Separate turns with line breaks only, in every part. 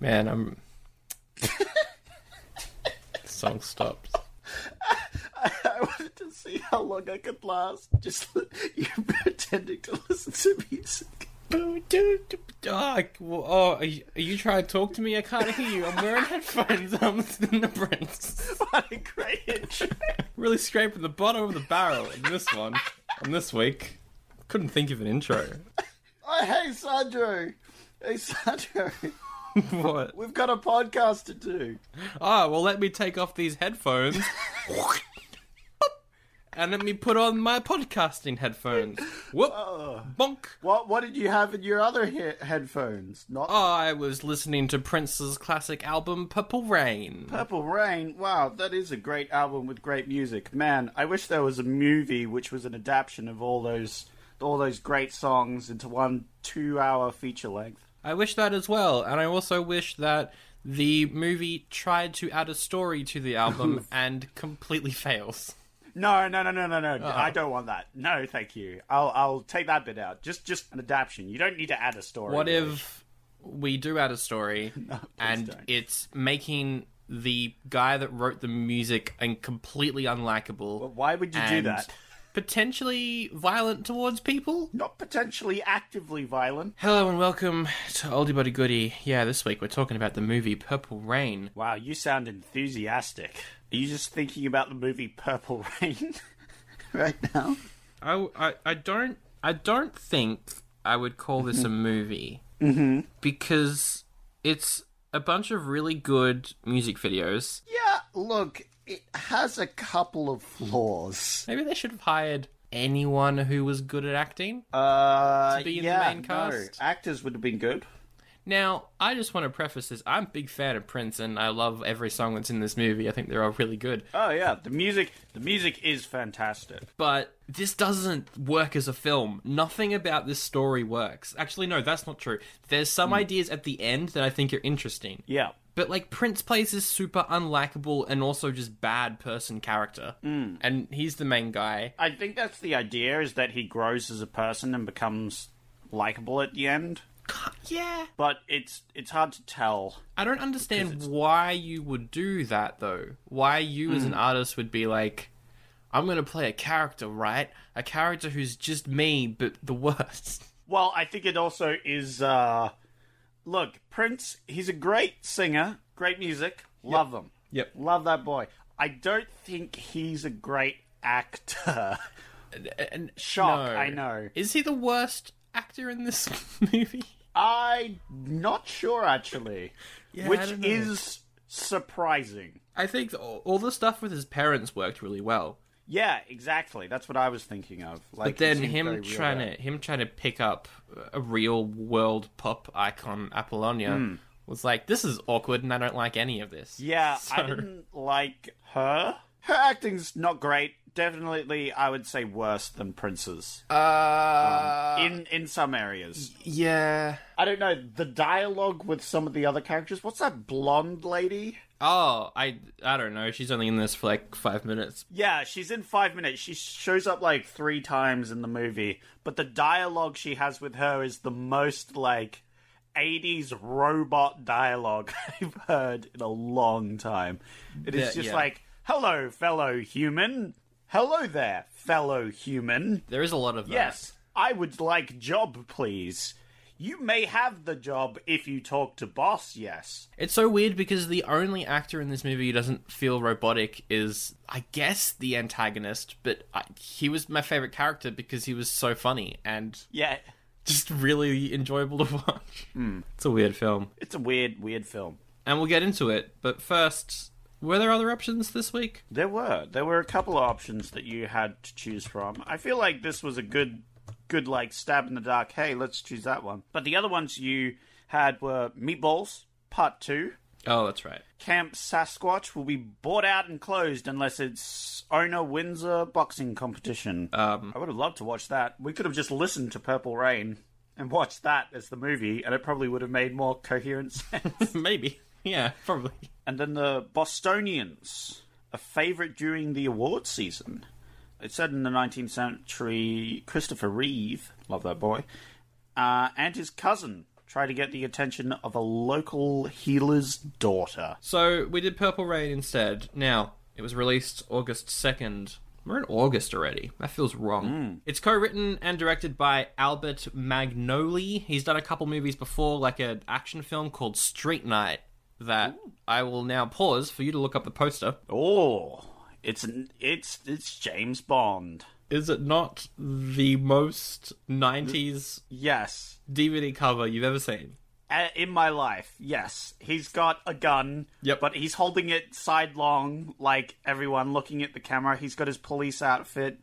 Man, I'm. the song stops.
I wanted to see how long I could last. Just you pretending to listen to music.
Oh, dude, oh, oh, are you, are you trying to talk to me? I can't hear you. I'm wearing headphones. I'm listening to Prince.
What a great intro.
Really scraping the bottom of the barrel in this one. On this week, couldn't think of an intro.
Oh, hey, Sandro. Hey, Sandro.
what?
We've got a podcast to do.
Oh, well, let me take off these headphones. and let me put on my podcasting headphones. Whoop. Bonk.
What What did you have in your other he- headphones? Not
I was listening to Prince's classic album Purple Rain.
Purple Rain. Wow, that is a great album with great music. Man, I wish there was a movie which was an adaptation of all those all those great songs into one two-hour feature length.
I wish that as well, and I also wish that the movie tried to add a story to the album and completely fails.
No, no, no, no, no, no.
Uh-huh.
I don't want that. No, thank you. I'll I'll take that bit out. Just just an adaptation. You don't need to add a story.
What if we do add a story and
don't.
it's making the guy that wrote the music and completely unlikable?
why would you do
and
that?
Potentially violent towards people?
Not potentially actively violent.
Hello and welcome to Oldie Buddy Goody. Yeah, this week we're talking about the movie Purple Rain.
Wow, you sound enthusiastic. Are you just thinking about the movie Purple Rain right now?
I, I, I don't I don't think I would call this a
Mm-hmm.
movie because it's a bunch of really good music videos.
Yeah, look, it has a couple of flaws.
Maybe they should have hired anyone who was good at acting.
Uh,
To be in the
yeah,
main
no,
cast?
actors would have been good.
Now, I just want to preface this: I'm a big fan of Prince, and I love every song that's in this movie. I think they're all really good.
Oh yeah, the music, the music is fantastic.
But this doesn't work as a film. Nothing about this story works. Actually, no, that's not true. There's some ideas at the end that I think are interesting.
Hmm. Yeah.
But like Prince plays this super unlikable and also just bad person character,
Hmm.
mm. and he's the main guy.
I think that's the idea is that he grows as a person and becomes likable at the end,
Yeah,
but it's it's hard to tell.
I don't understand why you would do that though. Why you as an artist would be like, I'm gonna play a character, right? A character who's just me, but the worst.
Well, I think it also is uh look, Prince, he's a great singer, great music, love him.
Yep.
Love that boy. I don't think he's a great actor.
And
Shock,
no.
I know.
Is he the worst actor in this movie?
I'm not sure actually,
Yeah, I
which
don't know.
is surprising.
I think all, all the stuff with his parents worked really well.
Yeah, exactly. That's what I was thinking of.
but
Like
then
it seemed very
him
real
trying
there.
to him trying to pick up a real world pop icon Apollonia was like this is awkward and I don't like any of this.
Hmm. Yeah, I
So-
didn't like her. Her acting's not great. Definitely, I would say worse than Prince's
Uh,
in in
um,
some areas.
yeah.
I don't know the dialogue with some of the other characters. What's that blonde lady?
Oh, I I don't know. She's only in this for like five minutes.
Yeah, she's in five minutes. She shows up like three times in the movie, but the dialogue she has with her is the most like. 80s robot dialogue I've heard in a long time. It is
Yeah,
just
yeah.
like, hello, fellow human. Hello there, fellow human.
There is a lot of that.
Yes, I would like job, please. You may have the job if you talk to boss, yes.
It's so weird because the only actor in this movie who doesn't feel robotic is, I guess, the antagonist. But I, he was my favorite character because he was so funny and
Yeah,
just really enjoyable to watch. It's a weird film.
it's a weird, weird film.
and we'll get into it. But first, Were there other options this week?
There were there were a couple of options that you had to choose from. I feel like this was a good good like stab in the dark. Hey, let's choose that one. But the other ones you had were Meatballs Part 2.
Oh, that's right.
Camp Sasquatch will be bought out and closed unless its owner wins a boxing competition. Um, I would have loved to watch that. We could have just listened to Purple Rain and watched that as the movie, and it probably would have made more coherent sense.
Maybe. Yeah, probably.
and then the Bostonians, a favorite during the award season. It said in the 19th century, Christopher Reeve, love that boy, uh, and his cousin try to get the attention of a local healer's daughter.
So we did Purple Rain instead. Now, it was released August 2nd. We're in August already. That feels wrong. It's co written and directed by Albert Magnoli. He's done a couple movies before, like an action film called Street Night, that I will now pause for you to look up the poster.
Oh, it's an, it's it's James Bond.
Is it not the most 90s
Yes,
DVD cover you've ever seen?
A- in my life, yes, he's got a gun.
Yep.
but he's holding it sidelong, like everyone looking at the camera. He's got his police outfit.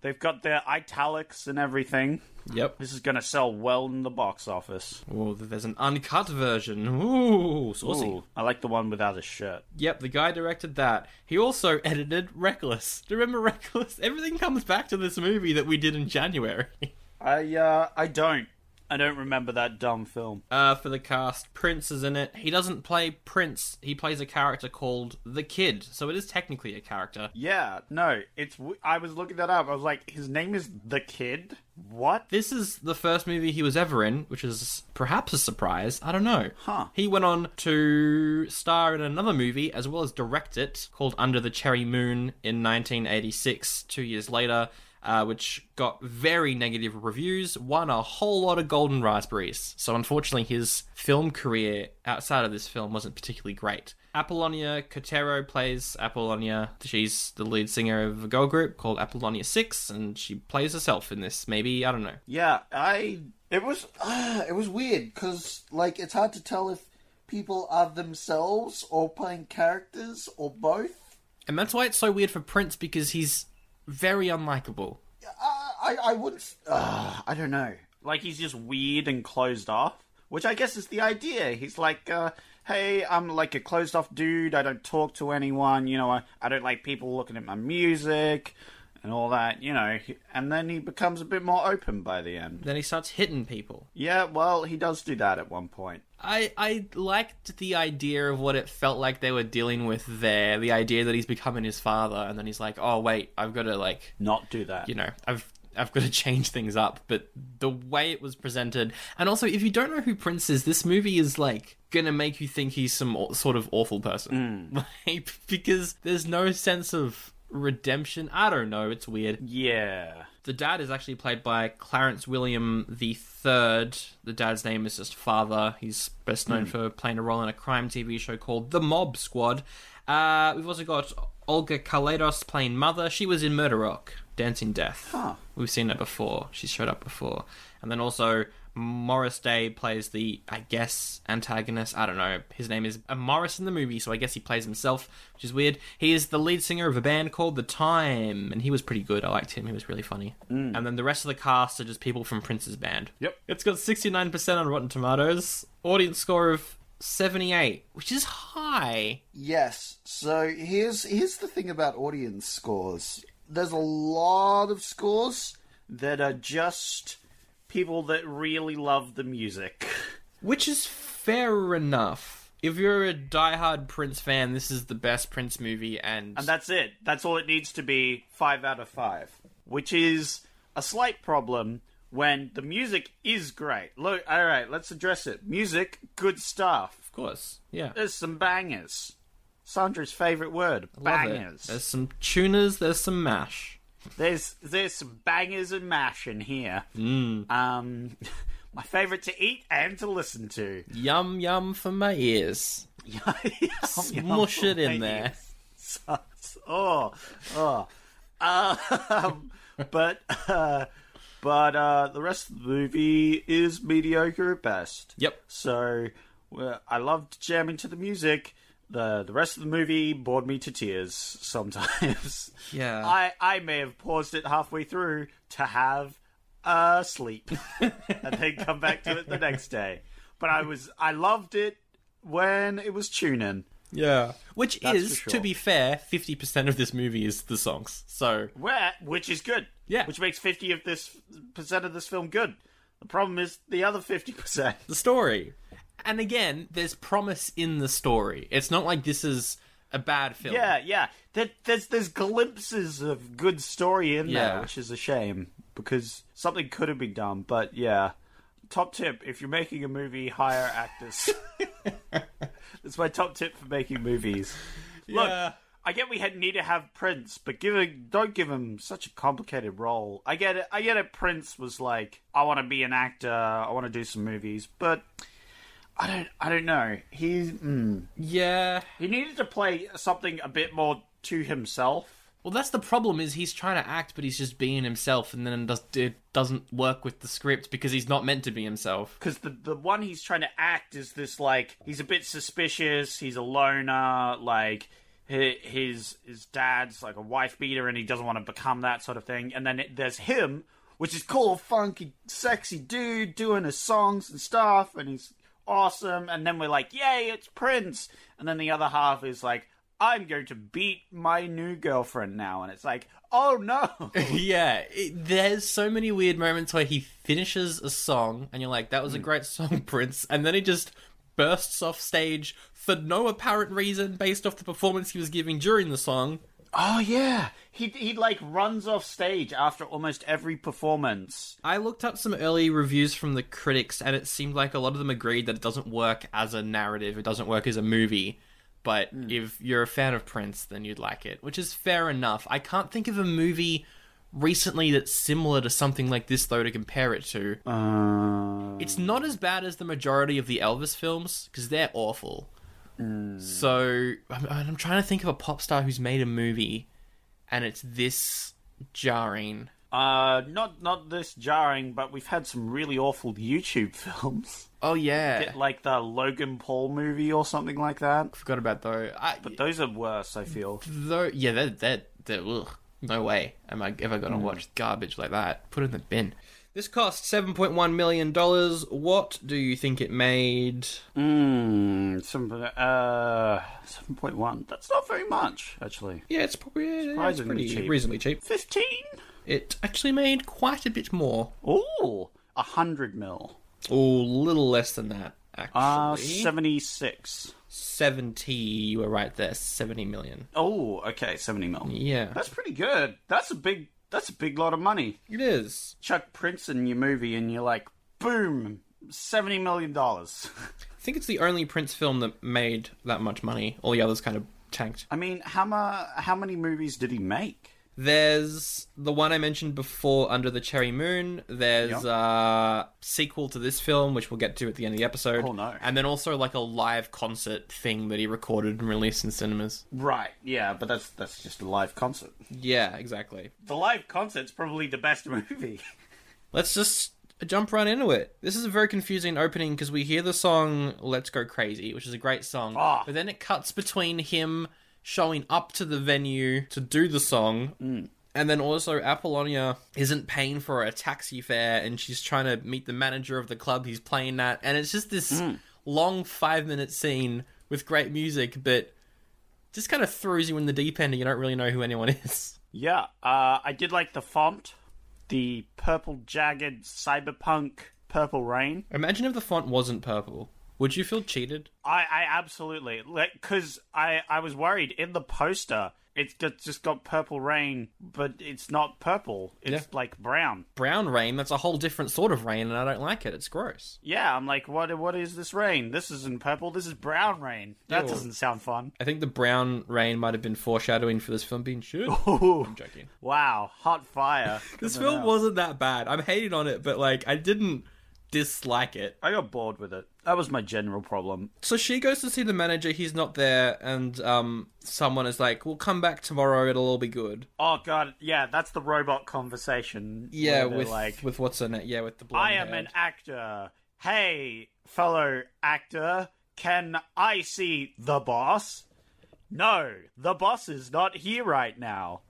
They've got their italics and everything.
Yep.
This is gonna sell well in the box office.
Oh, there's an uncut version. Ooh, saucy.
Ooh, I like the one without a shirt.
Yep, the guy directed that. He also edited Reckless. Do you remember Reckless? Everything comes back to this movie that we did in January.
I uh, I don't. I don't remember that dumb film.
Uh, for the cast, Prince is in it. He doesn't play Prince, he plays a character called The Kid, so it is technically a character.
Yeah, no, it's. w- I was looking that up. I was like, his name is the kid. What?
This is the first movie he was ever in, which is perhaps a surprise. I don't know.
Huh.
He went on to star in another movie as well as direct it called Under the Cherry Moon in 1986, two years later, uh, which got very negative reviews, won a whole lot of Golden Raspberries. So, unfortunately, his film career outside of this film wasn't particularly great. Apollonia Cotero plays Apollonia. She's the lead singer of a girl group called Apollonia Six, and she plays herself in this. Maybe I don't know.
Yeah, I.
It was uh, it was weird because like it's hard to tell if people are themselves or playing characters or both.
And that's why it's so weird for Prince because he's very unlikable.
I I, I wouldn't. Uh, I don't know.
Like, he's just weird and closed off, which I guess is the idea. He's like, uh, hey, I'm like a closed off dude. I don't talk to anyone. You know, I, I don't like people looking at my music and all that, you know. And then he becomes a bit more open by the end.
Then he starts hitting people.
Yeah, well, he does do that at one point.
I I liked the idea of what it felt like they were dealing with there. The idea that he's becoming his father, and then he's like, oh wait, I've got to like
Not do that.
you know, I've I've got to change things up. But the way it was presented, and also if you don't know who Prince is, this movie is like gonna make you think he's some aw- sort of awful person, like, because there's no sense of redemption. I don't know. It's weird.
Yeah.
The dad is actually played by Clarence William the Third. The dad's name is just Father. He's best known for playing a role in a crime TV show called The Mob Squad. Uh, we've also got Olga Kaledos playing Mother. She was in Murder Rock, Dancing Death. We've seen her before. She's showed up before. And then also Morris Day plays the, I guess, antagonist. I don't know. His name is uh, Morris in the movie, so I guess he plays himself, which is weird. He is the lead singer of a band called The Time, and he was pretty good. I liked him. He was really funny. And then the rest of the cast are just people from Prince's band.
Yep.
It's got 69% on Rotten Tomatoes, audience score of 78, which is high.
Yes. So here's here's the thing about audience scores. There's a lot of scores.
that are just people that really love the music.
Which is fair enough. If you're a diehard Prince fan, this is the best Prince movie, and,
And that's it. That's all it needs to be 5 out of 5, which is a slight problem when the music is great. Look, all right, let's address it. Music, good stuff.
of course, yeah.
There's some bangers. Sandra's favorite word,
Love it.
bangers.
There's some tuners, there's some mash.
There's there's some bangers and mash in here.
Mm.
Um my favorite to eat and to listen to.
Yum yum for my ears. Smush it in there.
sucks. Oh, oh. Um, but uh, but uh, the rest of the movie is mediocre at best.
Yep.
So well, I loved jamming to the music. the the rest of the movie bored me to tears sometimes.
Yeah.
I I may have paused it halfway through to have a sleep and then come back to it the next day. But I was I loved it when it was tuning.
Yeah. Which
That's
is,
for
to
sure.
be fair, 50% of this movie is the songs. So,
Where which is good.
Yeah.
Which makes fifty of this percent of this film good. The problem is the other fifty percent.
the story. And again, there's promise in the story. It's not like this is a bad film.
Yeah, yeah. There, there's there's glimpses of good story in
Yeah.
there, which is a shame because something could have been done. But yeah, top tip: if you're making a movie, hire actors. That's my top tip for making movies.
Yeah.
Look, I get we had, need to have Prince, but give it, don't give him such a complicated role. I get it. I get it. Prince was like, I want to be an actor. I want to do some movies, but. I don't. I don't know. He's. Mm.
Yeah.
He needed to play something a bit more to himself.
Well, that's the problem is he's trying to act, but he's just being himself, and then it does- it doesn't work with the script because he's not meant to be himself.
Because the, the one he's trying to act is this, like, he's a bit suspicious, he's a loner, like, hi- his his dad's like a wife beater and he doesn't want to become that sort of thing. And then it, there's him, which is cool, funky, sexy dude doing his songs and stuff, and he's awesome. And then we're like, yay, it's Prince. And then the other half is like, I'm going to beat my new girlfriend now. And it's like, oh no.
yeah, it, there's so many weird moments where he finishes a song, and you're like, "That was a great song, Prince," and then he just bursts off stage for no apparent reason, based off the performance he was giving during the song.
Oh yeah, he he like runs off stage after almost every performance.
I looked up some early reviews from the critics, and it seemed like a lot of them agreed that it doesn't work as a narrative, it doesn't work as a movie. But if you're a fan of Prince, then you'd like it, which is fair enough. I can't think of a movie recently that's similar to something like this, though, to compare it to.
Uh,
It's not as bad as the majority of the Elvis films, because they're awful.
Mm.
So, I'm, I'm trying to think of a pop star who's made a movie, and it's this jarring.
uh, not not this jarring, but we've had some really awful YouTube films,
Oh, yeah.
like the Logan Paul movie or something like that.
Forgot about though. I,
Those are worse, I feel.
though, yeah, that that that. Ugh, no way am I ever
Mm.
gonna watch garbage like that. Put it in the bin. This cost seven point one million dollars. What do you think it made?
Mm, some uh, seven point one. That's not very much, actually.
Yeah, it's probably yeah, it's
Surprisingly
pretty
cheap.
reasonably cheap.
Fifteen.
It actually made quite a bit more.
Ooh, a hundred mil.
Oh, little less than that actually.
Uh, seventy six.
Seventy. You were right there. Seventy million.
Oh, okay, seventy mil.
Yeah,
That's pretty good. That's a big. That's a big lot of money.
it is.
Chuck Prince in your movie, and you're like, boom, seventy million dollars.
I think it's the only Prince film that made that much money. All the others kind of tanked.
I mean, how ma- how many movies did he make?
There's the one I mentioned before, Under the Cherry Moon. There's a sequel to this film, which we'll get to at the end of the episode.
Oh, no.
And then also like a live concert thing that he recorded and released in cinemas.
Right. Yeah, but that's that's just a live concert.
Yeah, exactly.
The live concert's probably the best movie.
Let's just jump right into it. This is a very confusing opening because we hear the song "Let's Go Crazy," which is a great song,
Ah.
but then it cuts between him showing up to the venue to do the song. And then also Apollonia isn't paying for a taxi fare and she's trying to meet the manager of the club he's playing at and it's just this long 5-minute scene with great music but just kind of throws you in the deep end and you don't really know who anyone is.
yeah, uh, I did like the font, the purple jagged cyberpunk purple rain.
Imagine if the font wasn't purple. Would you feel cheated?
I, I absolutely like because I, I was worried in the poster it's got, just got purple rain, but it's not purple. It's
Yeah.
like brown.
brown rain that's a whole different sort of rain and i don't like it it's gross
Yeah, I'm like, what what is this rain? This isn't purple. This is brown rain. That
Ew.
doesn't sound fun.
i think the brown rain might have been foreshadowing for this film being shit
Oh,
i'm joking
Wow, hot fire.
this
Coming
film
out.
wasn't that bad i'm hating on it but like i didn't dislike it
I got bored with it. That was my general problem.
so she goes to see the manager he's not there and um someone is like we'll come back tomorrow it'll all be good
Oh god, yeah, that's the robot conversation.
yeah
where they're
with
like
with what's in it yeah with the blonde
I am an actor. Hey, fellow actor, Can I see the boss? No, the boss is not here right now.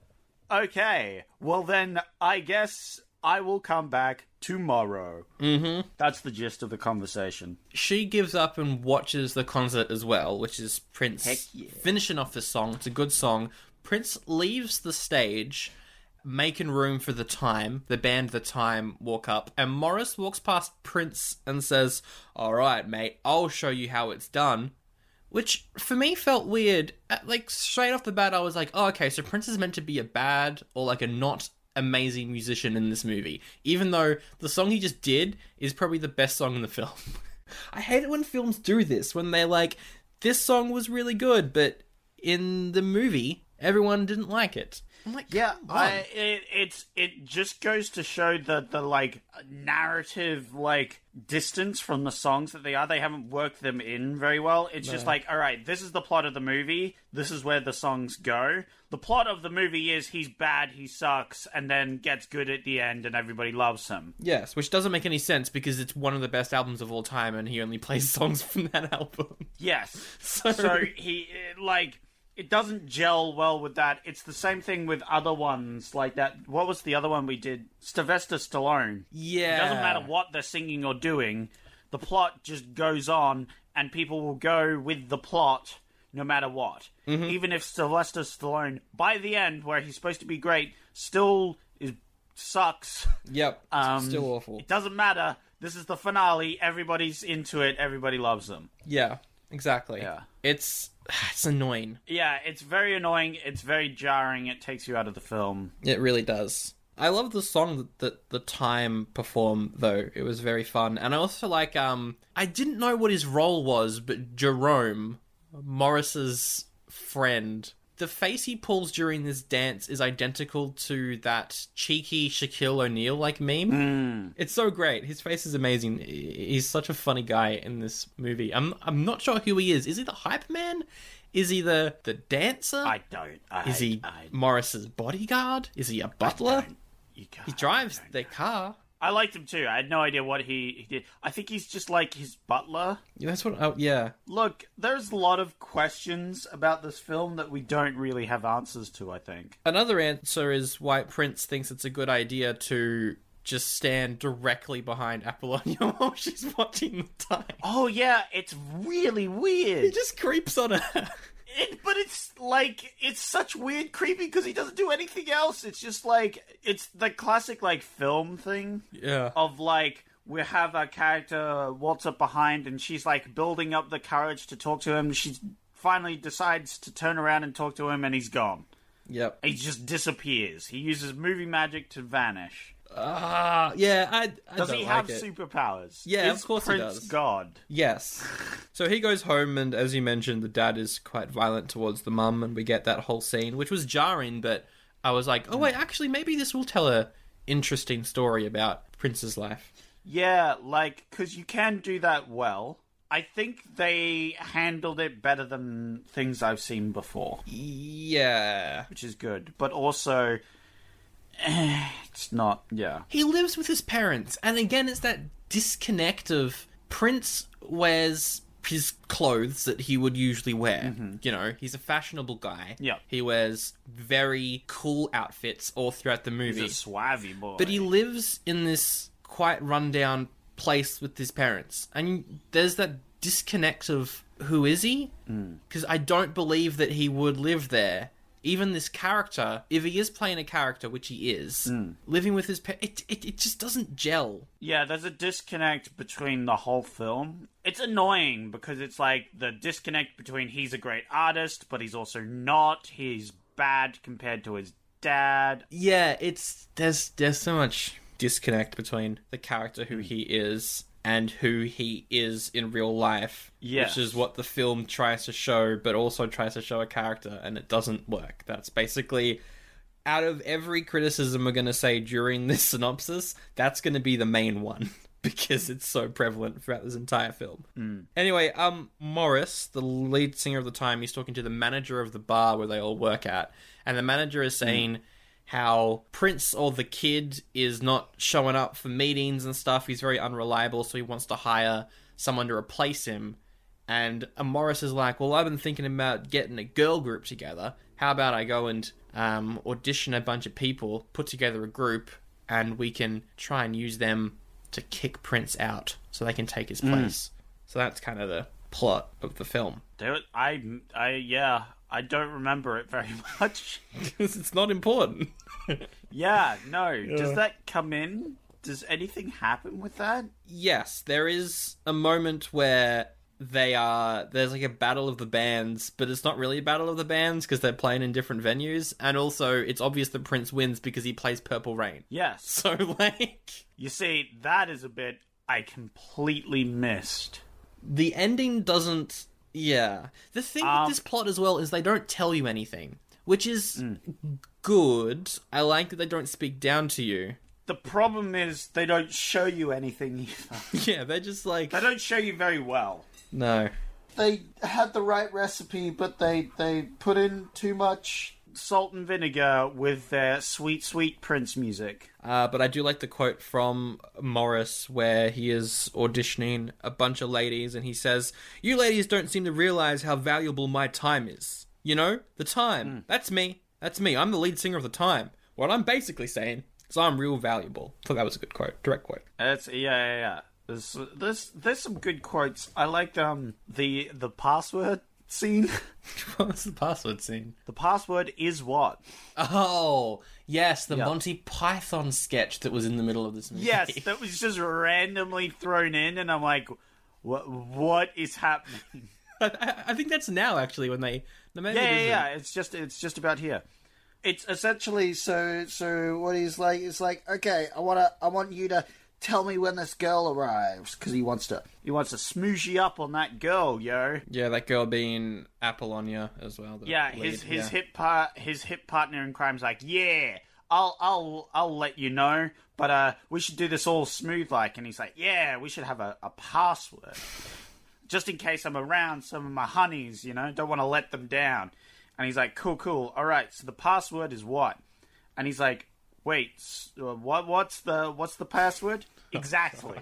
Okay, well then, I guess I will come back tomorrow. Mm-hmm. That's the gist of the conversation.
she gives up and watches the concert as well, which is Prince finishing off this song. It's a good song. Prince leaves the stage, making room for the time. The band, the time, walk up, and Morris walks past Prince and says, "All right, mate, I'll show you how it's done." Which for me felt weird. Uh, Like straight off the bat, I was like, "Oh, okay, so Prince is meant to be a bad or like a not." Amazing musician in this movie, even though the song he just did is probably the best song in the film. I hate it when films do this, when they're like, this song was really good, but in the movie, everyone didn't like it. I'm like,
Yeah,
come on.
I, it, it's it just goes to show the the like narrative like distance from the songs that they are. They haven't worked them in very well. It's just like, all right, this is the plot of the movie. This is where the songs go. The plot of the movie is he's bad, he sucks, and then gets good at the end, and everybody loves him.
Yes, which doesn't make any sense because it's one of the best albums of all time and he only plays songs from that album.
Yes.
So-
So, he uh, like it doesn't gel well with that. It's the same thing with other ones like that. What was the other one we did? Sylvester Stallone.
Yeah.
It doesn't matter what they're singing or doing. The plot just goes on, and people will go with the plot no matter what.
Mm-hmm.
Even if Sylvester Stallone, by the end, where he's supposed to be great, still is sucks.
Yep.
Um,
still awful.
It doesn't matter. This is the finale. Everybody's into it. Everybody loves them.
Yeah, exactly.
Yeah.
It's it's annoying.
Yeah, it's very annoying. It's very jarring. It takes you out of the film.
It really does. I love the song that, that the time performed though. It was very fun, and I also like. Um, I didn't know what his role was, but Jerome Morris's friend. The face he pulls during this dance is identical to that cheeky Shaquille O'Neal like meme. It's so great. His face is amazing. He- He's such a funny guy in this movie. I'm I'm not sure who he is. Is he the hype man? Is he the the dancer?
I don't. I,
Is he
I,
Morris's bodyguard? Is he a butler?
you
He
can't-
drives their car.
I liked him too. I had no idea what he, he did. I think he's just like his butler.
Yeah, that's what. Oh, yeah.
Look, there's a lot of questions about this film that we don't really have answers to. I think.
Another answer is why Prince thinks it's a good idea to just stand directly behind Apollonia while she's watching the time.
Oh yeah, it's really
He
weird.
just creeps on her.
It, but it's like it's such weird creepy because he doesn't do anything else. It's just like it's the classic like film thing.
Yeah.
of like we have our character waltz up behind and she's like building up the courage to talk to him she finally decides to turn around and talk to him and he's gone
Yep.
he just disappears he uses movie magic to vanish
Ah. yeah. I. I
does
don't
he
like
have
it.
superpowers
Yeah,
Is
of course he
Prince
does.
god
Yes. So he goes home, and as you mentioned, the dad is quite violent towards the mum, and we get that whole scene, which was jarring, but I was like, oh, wait, actually, maybe this will tell a interesting story about Prince's life.
yeah like because you can do that well i think they handled it better than things i've seen before
Yeah.
which is good but also eh, it's not yeah
He lives with his parents, and again, it's that disconnect of Prince wears his clothes that he would usually wear. You know, he's a fashionable guy.
Mm-hmm. Yeah.
He wears very cool outfits all throughout the movie.
he's a swavy boy
But he lives in this quite rundown place with his parents, and there's that disconnect of who is he? Because I don't believe that he would live there. Even this character, if he is playing a character, which he is, living with his parents, it, it it just doesn't gel.
Yeah, there's a disconnect between the whole film. It's annoying because it's like the disconnect between he's a great artist, but he's also not. He's bad compared to his dad.
Yeah, it's there's there's so much disconnect between the character who he is and who he is in real life.
Yes.
Which is what the film tries to show, but also tries to show a character and it doesn't work. That's basically out of every criticism we're gonna say during this synopsis, that's gonna be the main one. Because it's so prevalent throughout this entire film. Anyway, um, Morris, the lead singer of the time, he's talking to the manager of the bar where they all work at, and the manager is saying, how Prince or the kid is not showing up for meetings and stuff. He's very unreliable, so he wants to hire someone to replace him. And uh, Morris is like, Well, I've been thinking about getting a girl group together. How about I go and um, audition a bunch of people, put together a group, and we can try and use them to kick Prince out so they can take his place. So that's kind of the plot of the film.
There was- I, I, yeah, I don't remember it very much.
Because it's not important.
Yeah, no. Does that come in? Does anything happen with that?
yes, there is a moment where they are there's like a battle of the bands, but it's not really a battle of the bands because they're playing in different venues, and also it's obvious that Prince wins because he plays Purple Rain.
Yes.
So like
You see, that is a bit I completely missed.
the ending doesn't. Yeah, the thing with this plot as well is they don't tell you anything, which is good. I like that they don't speak down to you.
The problem is they don't show you anything either.
Yeah, they're just like
They don't show you very well.
no.
They had the right recipe, but they they put in too much.
Salt and vinegar with their sweet, sweet Prince music.
Uh, but I do like the quote from Morris where he is auditioning a bunch of ladies and he says, You ladies don't seem to realize how valuable my time is. You know, the time. That's me. That's me. I'm the lead singer of the time. What I'm basically saying is I'm real valuable. So that was a good quote, direct quote.
That's yeah, yeah, yeah. There's there's there's some good quotes. I liked um the the password scene.
what was the password scene?
the password is what?
Oh, yes, the
Yeah.
Monty Python sketch that was in the middle of this movie.
Yes, that was just randomly thrown in, and I'm like, what what is happening?
I, I- I think that's now actually when they. no, Maybe
Yeah,
it
yeah,
isn't.
yeah. It's just it's just about here. It's essentially
Actually, so so what he's like is like, okay, I wanna I want you to tell me when this girl arrives because he wants to.
he wants to smoosh you up on that girl, yo.
Yeah, that girl being Apollonia as well. the
Yeah,
lead,
his his
yeah.
hip par- his hip partner in crime's like, yeah, I'll I'll I'll let you know, but uh, we should do this all smooth like. And he's like, yeah, we should have a, a password, just in case I'm around some of my honeys, you know, don't want to let them down. And he's like, cool, cool, all right. So the password is what? And he's like, wait, s- uh, what what's the what's the
Oh,
password? Exactly.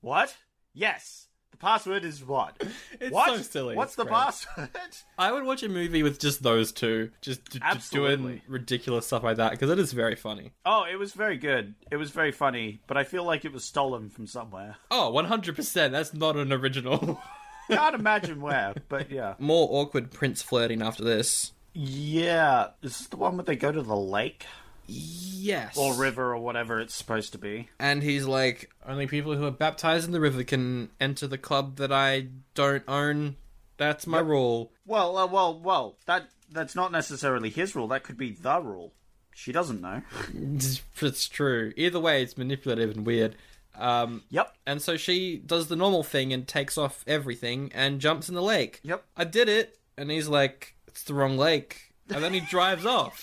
what? Yes. The password is what?
It's
what?
so silly.
What's
It's
the
great.
password?
I would watch a movie with just those two, just, d- just doing
Absolutely.
ridiculous stuff like that because it is very funny.
Oh, it was very good. It was very funny, but I feel like it was stolen from somewhere.
Oh, 100%. That's not an original.
Can't imagine where, but yeah.
More awkward Prince flirting after this.
Yeah, is this the one where they go to the lake
Yes.
or river or whatever it's supposed to be?
And he's like, only people who are baptized in the river can enter the club that I don't own. That's my rule.
Well, uh, well, well. That that's not necessarily his rule. That could be the rule. She doesn't know.
It's true. Either way, it's manipulative and weird. Um,
Yep.
And so she does the normal thing and takes off everything and jumps in the lake.
Yep.
I did it. And he's like, it's the wrong lake. And then he drives off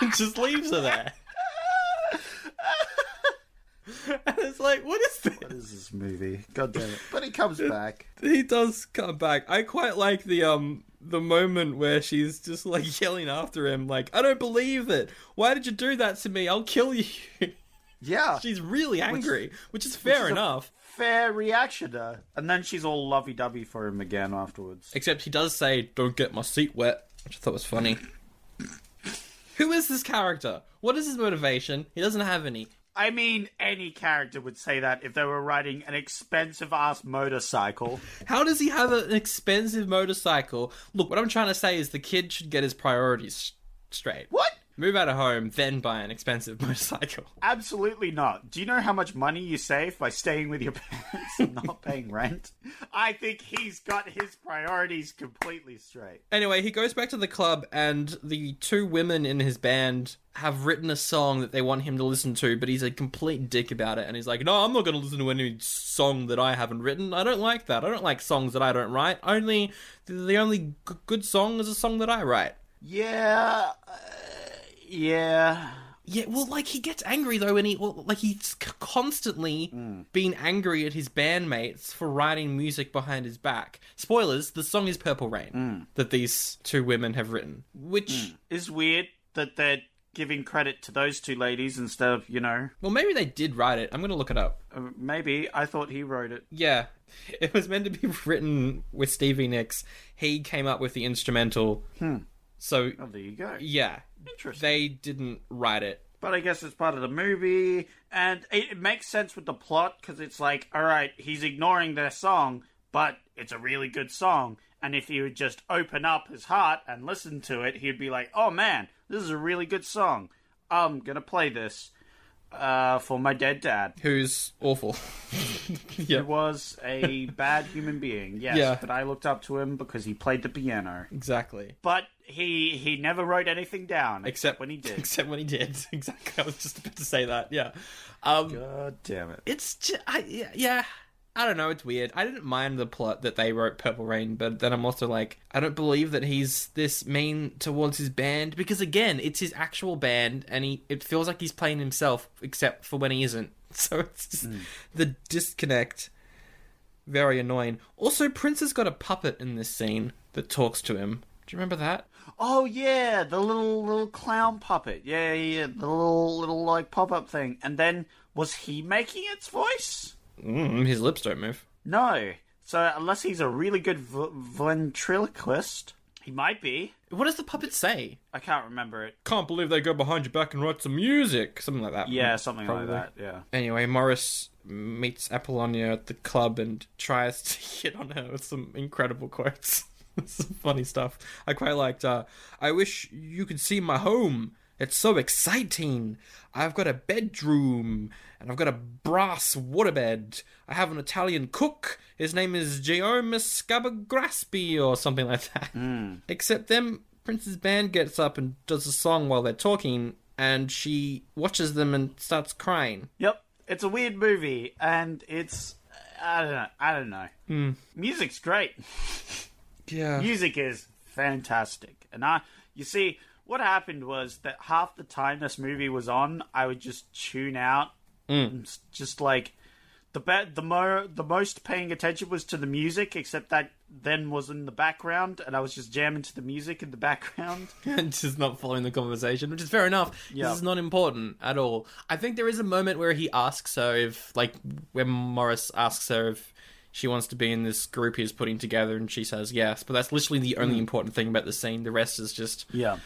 and just leaves her there. and it's like, what is this?
This is movie. God damn it.
But he comes back.
He does come back. I quite like the um the moment where she's just like yelling after him, like, I don't believe it. Why did you do that to me? I'll kill you.
Yeah.
she's really angry, which, is fair
is a-
enough.
Fair reaction to her. And then she's all lovey dovey for him again afterwards.
Except he does say, "Don't get my seat wet," which I thought was funny. Who is this character? What is his motivation? He doesn't have any.
I mean, any character would say that if they were riding an expensive ass motorcycle.
How does he have an expensive motorcycle? Look, what I'm trying to say is the kid should get his priorities s- straight.
What?
Move out of home, then buy an expensive motorcycle.
Absolutely not. Do you know how much money you save by staying with your parents and not paying rent? I think he's got his priorities completely straight.
Anyway, he goes back to the club, and the two women in his band have written a song that they want him to listen to, but he's a complete dick about it. And he's like, No, I'm not going to listen to any song that I haven't written. I don't like that. I don't like songs that I don't write. Only the only g- good song is a song that I write.
Yeah. Uh, yeah.
Yeah, well, like he gets angry though, and he well, like he's c- constantly being angry at his bandmates for writing music behind his back. Spoilers: the song is "Purple Rain" that these two women have written, which.
It's weird that they're giving credit to those two ladies instead of you know
Well, maybe they did write it. I'm going to look it up.
uh, maybe I thought he wrote it.
Yeah. It was meant to be written with Stevie Nicks. He came up with the instrumental. So,
Oh, there you go.
yeah.
Interesting.
They didn't write it.
But I guess it's part of the movie, and it, it makes sense with the plot because it's like, all right, he's ignoring their song, but it's a really good song. And if he would just open up his heart and listen to it, he'd be like, oh man, this is a really good song. I'm gonna play this uh, for my dead dad,
Who's awful. yeah.
who was a bad human being. Yes,
Yeah.
but I looked up to him because he played the piano.
Exactly.
But he he never wrote anything down
Except
when he did.
Except when he did. Exactly. I was just about to say that. Yeah. Um,
God damn it.
it's just, I, yeah, yeah. I don't know. It's weird. I didn't mind the plot that they wrote Purple Rain, but then I'm also like, I don't believe that he's this mean towards his band because again, it's his actual band, and he it feels like he's playing himself, except for when he isn't. So it's just the disconnect. Very annoying. Also, Prince has got a puppet in this scene that talks to him. Do you remember that?
Oh yeah, the little little clown puppet. Yeah, yeah, yeah, the little little like pop up thing. And then was he making its voice?
Mm, his lips don't move.
No. So unless he's a really good v- ventriloquist, he might be.
What does the puppet say?
I can't remember it.
Can't believe they go behind your back and write some music, something like that.
Yeah, something
Mm-hmm. Probably.
like that. Yeah.
Anyway, Morris meets Apollonia at the club and tries to hit on her with some incredible quotes. some funny stuff. I quite liked, uh, I wish you could see my home. It's so exciting. I've got a bedroom and I've got a brass waterbed. I have an Italian cook. His name is Giacomo Scabagraspi or something like that. Except then Prince's band gets up and does a song while they're talking and she watches them and starts crying.
Yep. It's a weird movie, and it's I don't know. I don't know. Music's great.
Yeah.
music is fantastic. And I, you see, what happened was that half the time this movie was on, I would just tune out. And s- just like the be- the mo- the most paying attention was to the music, except that then was in the background, and I was just jamming to the music in the background.
and just not following the conversation, which is fair enough.
Yeah.
This is not important at all. I think there is a moment where he asks her if, like, when Morris asks her if she wants to be in this group he's putting together, and she says yes. But that's literally the only important thing about the scene. The rest is just
Hmm. Yeah,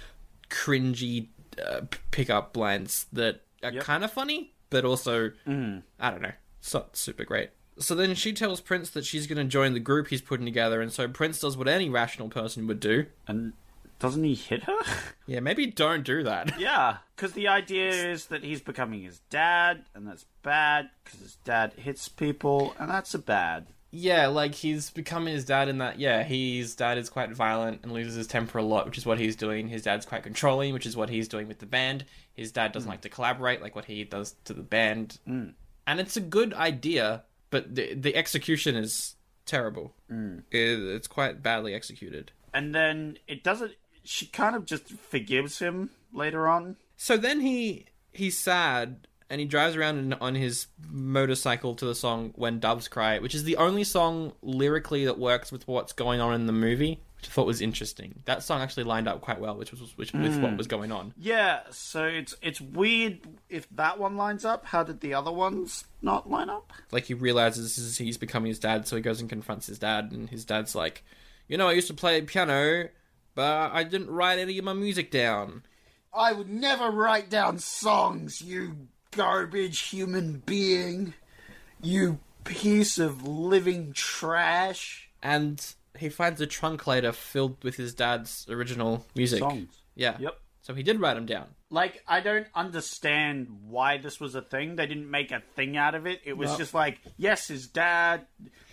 cringy uh, p- pickup lines that are kind of funny, but also
Hmm.
I don't know, it's not super great. So then she tells Prince that she's going to join the group he's putting together, and so Prince does what any rational person would do.
and doesn't he hit her?
Yeah, maybe don't do that.
yeah, because the idea is that he's becoming his dad, and that's bad because his dad hits people, and that's a bad.
Yeah, like he's becoming his dad in that. Yeah, his dad is quite violent and loses his temper a lot, which is what he's doing. His dad's quite controlling, which is what he's doing with the band. His dad doesn't like to collaborate, like what he does to the band. And it's a good idea, but the the execution is terrible. It- it's quite badly executed.
and then it doesn't she kind of just forgives him later on
So then he he's sad and he drives around in, on his motorcycle to the song "When Doves Cry," which is the only song lyrically that works with what's going on in the movie, which I thought was interesting. That song actually lined up quite well, which was which with what was going on.
yeah so it's it's weird if that one lines up how did the other ones not line up
Like he realizes this is- he's becoming his dad, so he goes and confronts his dad, and his dad's like, "You know, I used to play piano, but I didn't write any of my music down."
I would never write down songs, you garbage human being. You piece of living trash.
and he finds a trunk later filled with his dad's original music.
Songs.
Yeah.
Yep.
So he did write them down.
like i don't understand why this was a thing they didn't make a thing out of it it was just like yes his dad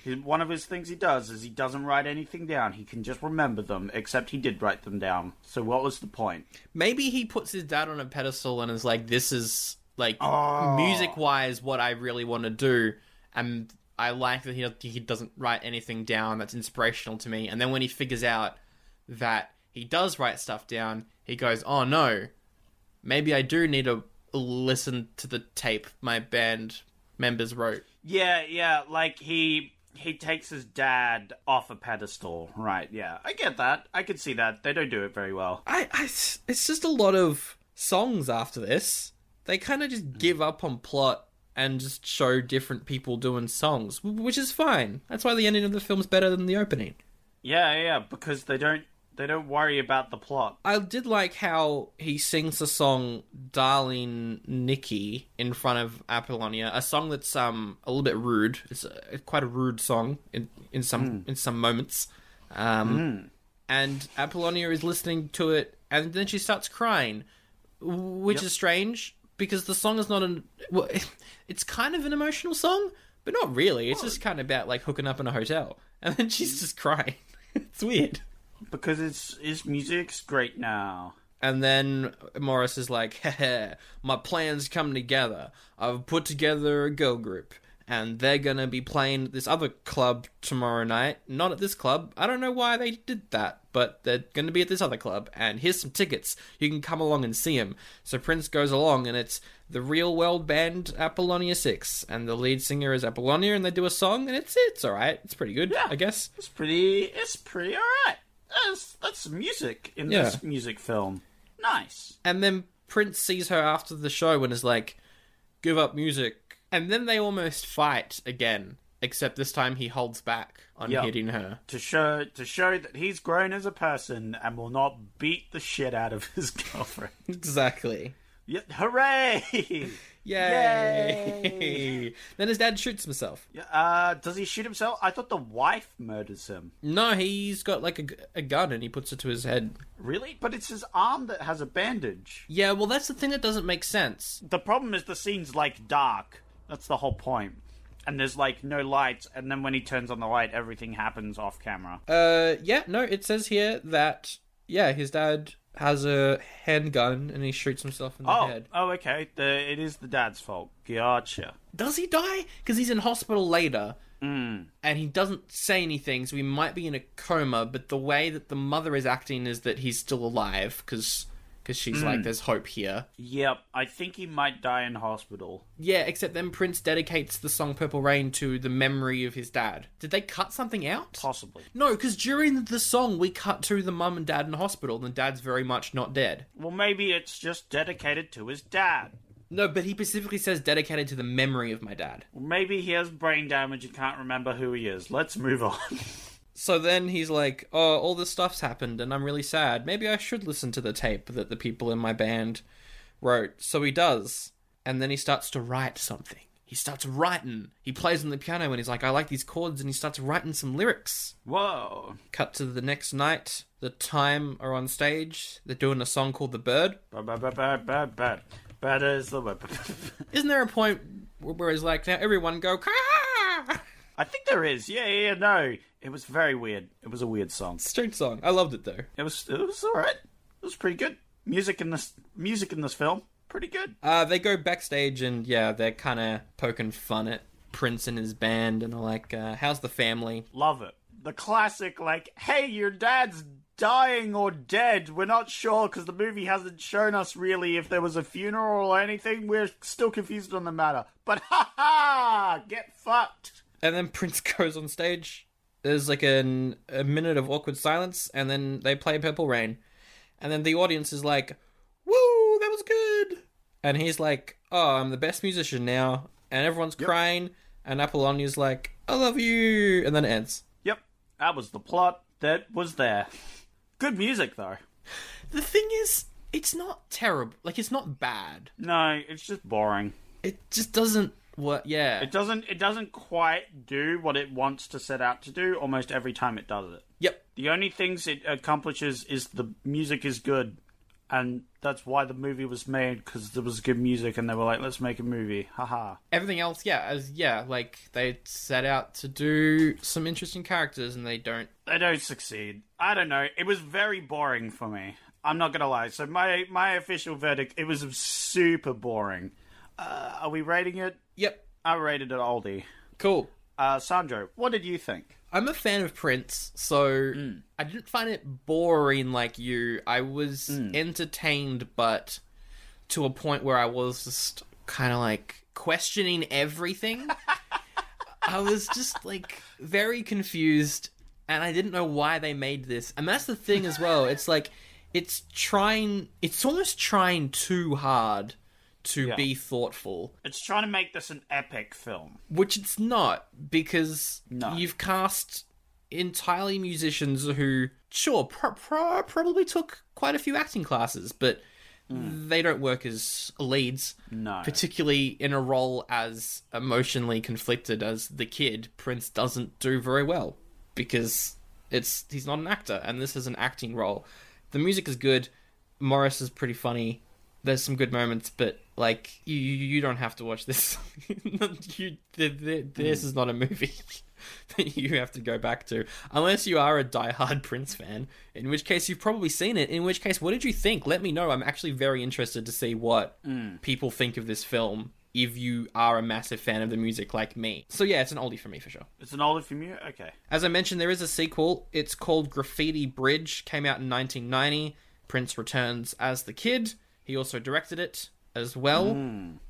his, one of his things he does is he doesn't write anything down he can just remember them except he did write them down so what was the point
Maybe he puts his dad on a pedestal and is like, "This is like music-wise what I really want to do," and I like that he he doesn't write anything down that's inspirational to me. And then when he figures out that he does write stuff down, he goes, "Oh no, maybe I do need to listen to the tape my band members wrote."
Yeah, yeah, like he he takes his dad off a pedestal. Right, yeah. I get that. I can see that. They don't do it very well.
I, I- it's just a lot of songs after this. They kind of just give up on plot and just show different people doing songs, wh- which is fine. That's why the ending of the film's better than the opening.
Yeah, yeah, because they don't they don't worry about the plot.
I did like how he sings the song "Darling Nikki" in front of Apollonia, a song that's um a little bit rude. It's uh quite a rude song in in some in some moments. Um, and Apollonia is listening to it, and then she starts crying, which is strange because the song is not an. Well, it's kind of an emotional song, but not really. It's just kind of about like hooking up in a hotel, and then she's just crying. it's weird.
Because it's his music's great now.
And then Morris is like, Heh heh, my plans come together. I've put together a girl group, and they're gonna be playing at this other club tomorrow night. Not at this club. I don't know why they did that, but they're gonna be at this other club. And here's some tickets. You can come along and see them. So Prince goes along, and it's the Real World Band Apollonia Six, and the lead singer is Apollonia, and they do a song, and it's it's all right. It's pretty good, I guess.
It's pretty it's pretty alright. That's that's some music in
Yeah.
this music film. Nice.
And then Prince sees her after the show and is like, give up music. And then they almost fight again, except this time he holds back on
Yeah.
hitting her.
To show to show that he's grown as a person and will not beat the shit out of his girlfriend.
Exactly.
yeah, hooray!
Yay! then his dad shoots himself.
Yeah, uh, does he shoot himself? I thought the wife murders him.
No, he's got like a, gu- a gun and he puts it to his head.
Really? But it's his arm that has a bandage.
Yeah, well, that's the thing that doesn't make sense.
The problem is the scene's like dark. That's the whole point. And there's like no lights, and then when he turns on the light, everything happens off camera.
Uh, yeah, no, it says here that, yeah, his dad has a handgun and he shoots himself in the
oh,
head.
oh, okay. The, it is the dad's fault. Gotcha.
does he die? Because he's in hospital later, and he doesn't say anything, so he might be in a coma. But the way that the mother is acting is that he's still alive, because she's like, "There's hope here."
Yep, I think he might die in hospital.
Yeah, except then Prince dedicates the song "Purple Rain" to the memory of his dad. Did they cut something out?
Possibly.
No, because during the song we cut to the mum and dad in hospital, and dad's very much not dead.
Well, maybe it's just dedicated to his dad.
No, but he specifically says dedicated to the memory of my dad.
Maybe he has brain damage and can't remember who he is. Let's move on.
So then he's like, "Oh, all this stuff's happened, and I'm really sad. Maybe I should listen to the tape that the people in my band wrote." So he does, and then he starts to write something. He starts writing. He plays on the piano, and he's like, "I like these chords," and he starts writing some lyrics.
Whoa.
Cut to the next night. The time are on stage. They're doing a song called "The Bird."
Ba-ba-ba-ba-ba-ba. Bad as the web.
Isn't there a point wh- where he's like, "Now everyone go!" "Caw!"
I think there is. Yeah, yeah, yeah, no. It was very weird. It was a weird song.
Strange song. I loved it though.
It was it was all right. It was pretty good. Music in this music in this film pretty good.
Uh, they go backstage and yeah, they're kind of poking fun at Prince and his band, and they're like, uh, "How's the family?"
Love it. The classic like, "Hey, your dad's dying or dead. We're not sure because the movie hasn't shown us really if there was a funeral or anything. We're still confused on the matter." But ha ha, get fucked.
And then Prince goes on stage. There's like an, a minute of awkward silence, and then they play Purple Rain, and then the audience is like, "Woo, that was good!" And he's like, "Oh, I'm the best musician now," and everyone's crying, and Apollonia's like, "I love you," and then it ends.
Yep, that was the plot that was there. Good music though.
The thing is, it's not terrible. Like it's not bad.
No, it's just boring.
It just doesn't work. Yeah.
It doesn't it doesn't quite do what it wants to set out to do almost every time it does it.
yep.
The only things it accomplishes is the music is good and that's why the movie was made cuz there was good music and they were like let's make a movie. Haha.
everything else, yeah, as yeah, like they set out to do some interesting characters and they don't.
They don't succeed. I don't know. It was very boring for me. I'm not going to lie. So my my official verdict it was super boring. Uh, are we rating it?
Yep,
I rated it oldie.
cool.
Uh, Sandro, what did you think?
I'm a fan of Prince, so
Mm.
I didn't find it boring like you. I was
Mm.
entertained, but to a point where I was just kind of like questioning everything. I was just like very confused and I didn't know why they made this. And that's the thing as well. It's like it's trying it's almost trying too hard to
Yeah.
be thoughtful
It's trying to make this an epic film.
which it's not because
No.
you've cast entirely musicians who sure pro- pro- probably took quite a few acting classes but they don't work as leads
No.
particularly in a role as emotionally conflicted as the kid prince doesn't do very well because it's he's not an actor and this is an acting role the music is good morris is pretty funny there's some good moments but like you you you don't have to watch this you th th this is not a movie that you have to go back to unless you are a diehard prince fan in which case you've probably seen it in which case what did you think let me know i'm actually very interested to see what people think of this film if you are a massive fan of the music like me so yeah it's an oldie for me for sure
It's an older from you? Okay.
as I mentioned, there is a sequel. It's called Graffiti Bridge. Came out in 1990. Prince returns as the kid. He also directed it as well.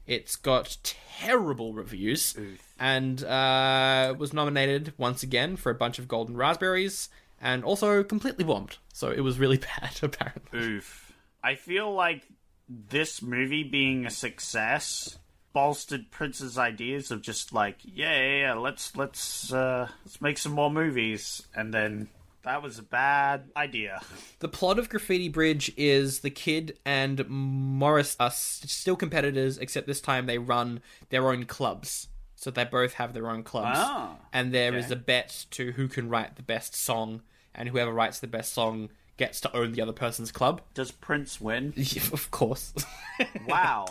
It's got terrible reviews and uh, was nominated once again for a bunch of golden raspberries and also completely bombed. So it was really bad, apparently.
Oof. I feel like this movie being a success bolstered Prince's ideas of just like, yeah, yeah, yeah let's let's uh, let's make some more movies, and then that was a bad idea.
The plot of Graffiti Bridge is the kid and Morris are s- still competitors, except this time they run their own clubs. So they both have their own clubs.
Ah,
and there is a bet to who can write the best song, and whoever writes the best song gets to own the other person's club.
Does Prince win?
of course.
Wow,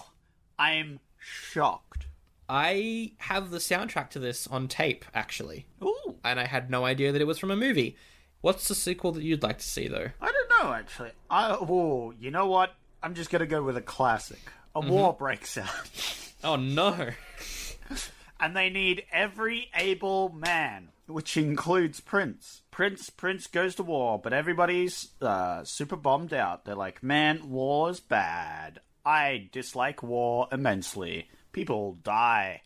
I'm shocked.
I have the soundtrack to this on tape, actually,
Ooh,
and I had no idea that it was from a movie. What's the sequel that you'd like to see, though?
I don't know actually. I oh, you know what? I'm just gonna go with a classic. A war breaks out.
Oh no!
and they need every able man, which includes Prince. Prince Prince goes to war, but everybody's uh, super bombed out. They're like, "Man, war's bad. I dislike war immensely. People die."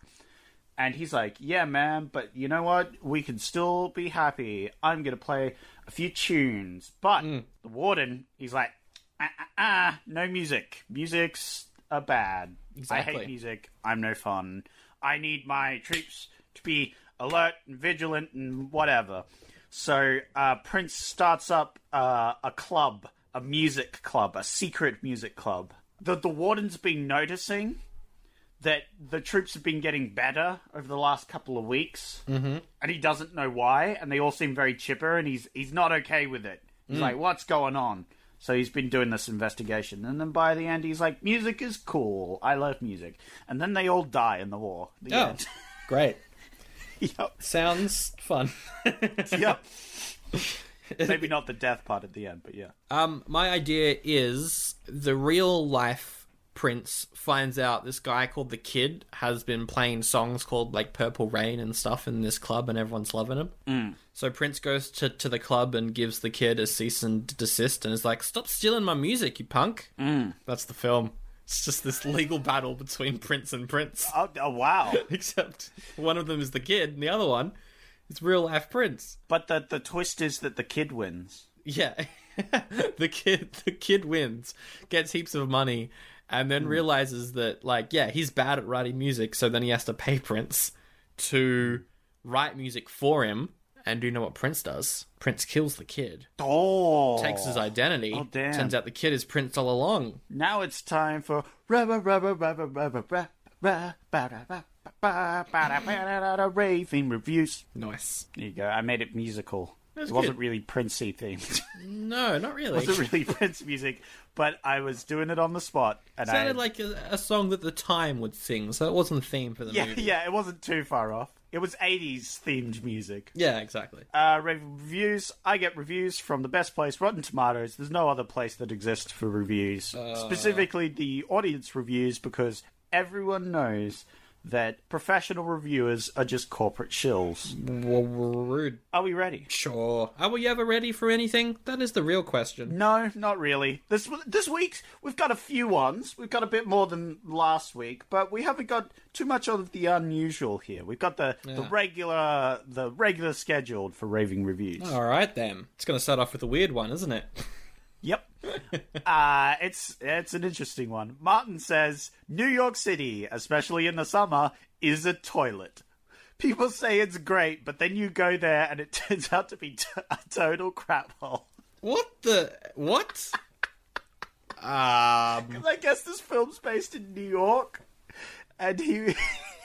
And he's like, "Yeah, man, but you know what? We can still be happy. I'm gonna play a few tunes." But the warden, he's like, "Ah, ah, ah no music. Music's are bad. I
Exactly.
hate music. I'm no fun. I need my troops to be alert and vigilant and whatever." So uh, Prince starts up uh, a club, a music club, a secret music club. That the warden's been noticing that the troops have been getting better over the last couple of weeks, mm-hmm. and he doesn't know why. And they all seem very chipper, and he's he's not okay with it. He's like, "What's going on?" So he's been doing this investigation, and then by the end, he's like, "Music is cool. I love music." And then they all die in the war. The
Oh,
end.
great.
yep,
Sounds fun.
yep. Maybe not the death part at the end, but yeah.
Um, my idea is the real life Prince finds out this guy called the Kid has been playing songs called like Purple Rain and stuff in this club, and everyone's loving him. So Prince goes to, to the club and gives the kid a cease and desist, and is like, "Stop stealing my music, you punk!" That's the film. It's just this legal battle between Prince and Prince,
Oh, oh wow!
except one of them is the kid, and the other one is real life Prince.
but the the twist is that the kid wins.
Yeah. the kid the kid wins, gets heaps of money, and
Hmm.
then realizes that like, yeah, he's bad at writing music, so then he has to pay Prince to write music for him. And do you know what Prince does? Prince kills the kid,
Oh,
takes his identity.
Oh, damn.
Turns out the kid is Prince all along.
Now it's time for rubber, rubber, rubber, rubber, rubber, rubber, rubber, rubber, rubber, raving reviews.
Nice.
There you go. I made it musical.
was
it wasn't
good.
really Princey themed.
No, not
it
really.
wasn't really Prince music, but I was doing it on the spot, and
It sounded
I
like a, a song that the time would sing, so it wasn't the theme for the
yeah,
movie.
yeah, it wasn't too far off. It was '80s themed music.
yeah, exactly.
Uh, reviews. I get reviews from the best place, Rotten Tomatoes. There's no other place that exists for reviews, specifically the audience reviews, because everyone knows that professional reviewers are just corporate shills.
Well, rude.
Are we ready?
Sure. Are we ever ready for anything? That is the real question.
No, not really. This this week we've got a few ones. We've got a bit more than last week, but we haven't got too much of the unusual here. We've got the, the regular the regular scheduled for raving reviews.
All right, then. It's going to start off with a weird one, isn't it?
Yep. uh, it's it's an interesting one. Martin says New York City, especially in the summer, is a toilet. People say it's great, but then you go there and it turns out to be t- a total crap hole.
What the what? Um,
I guess this film's based in New York, and he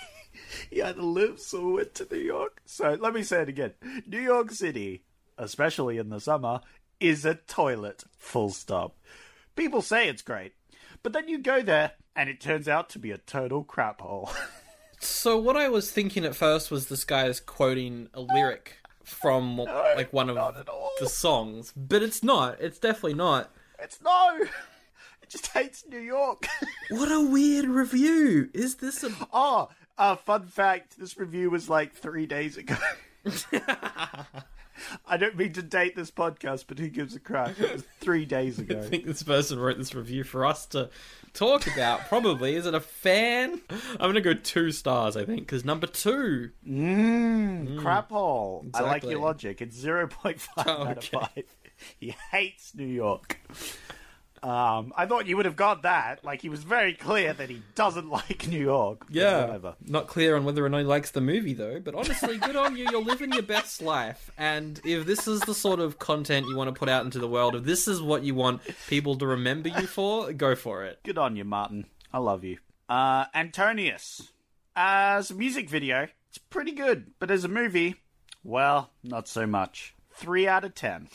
he either lives or went to New York. So let me say it again: New York City, especially in the summer, is a toilet. Full stop. People say it's great, but then you go there and it turns out to be a total crap hole.
So what I was thinking at first was this guy is quoting a lyric from like one of
at all.
the songs, but it's not. It's definitely not.
it's no. It just hates New York.
What a weird review. Is this a
oh, uh, fun fact: this review was like three days ago. I don't mean to date this podcast, but who gives a crap? It was three days ago.
I think this person wrote this review for us to talk about. Probably is it a fan? I'm gonna go two stars. I think because number two.
Mm, crap hole. I like
exactly.
your logic. It's 0.5 out of
Okay.
5. He hates New York. Um, I thought you would have got that. Like, he was very clear that he doesn't like New York. but
Yeah,
Whatever.
not clear on whether or not he likes the movie though. But honestly, good on you. You're living your best life, and if this is the sort of content you want to put out into the world, if this is what you want people to remember you for, go for it.
Good on you, Martin. I love you. Uh, Antonius. As a music video, it's pretty good. But as a movie, well, not so much. 3 out of 10.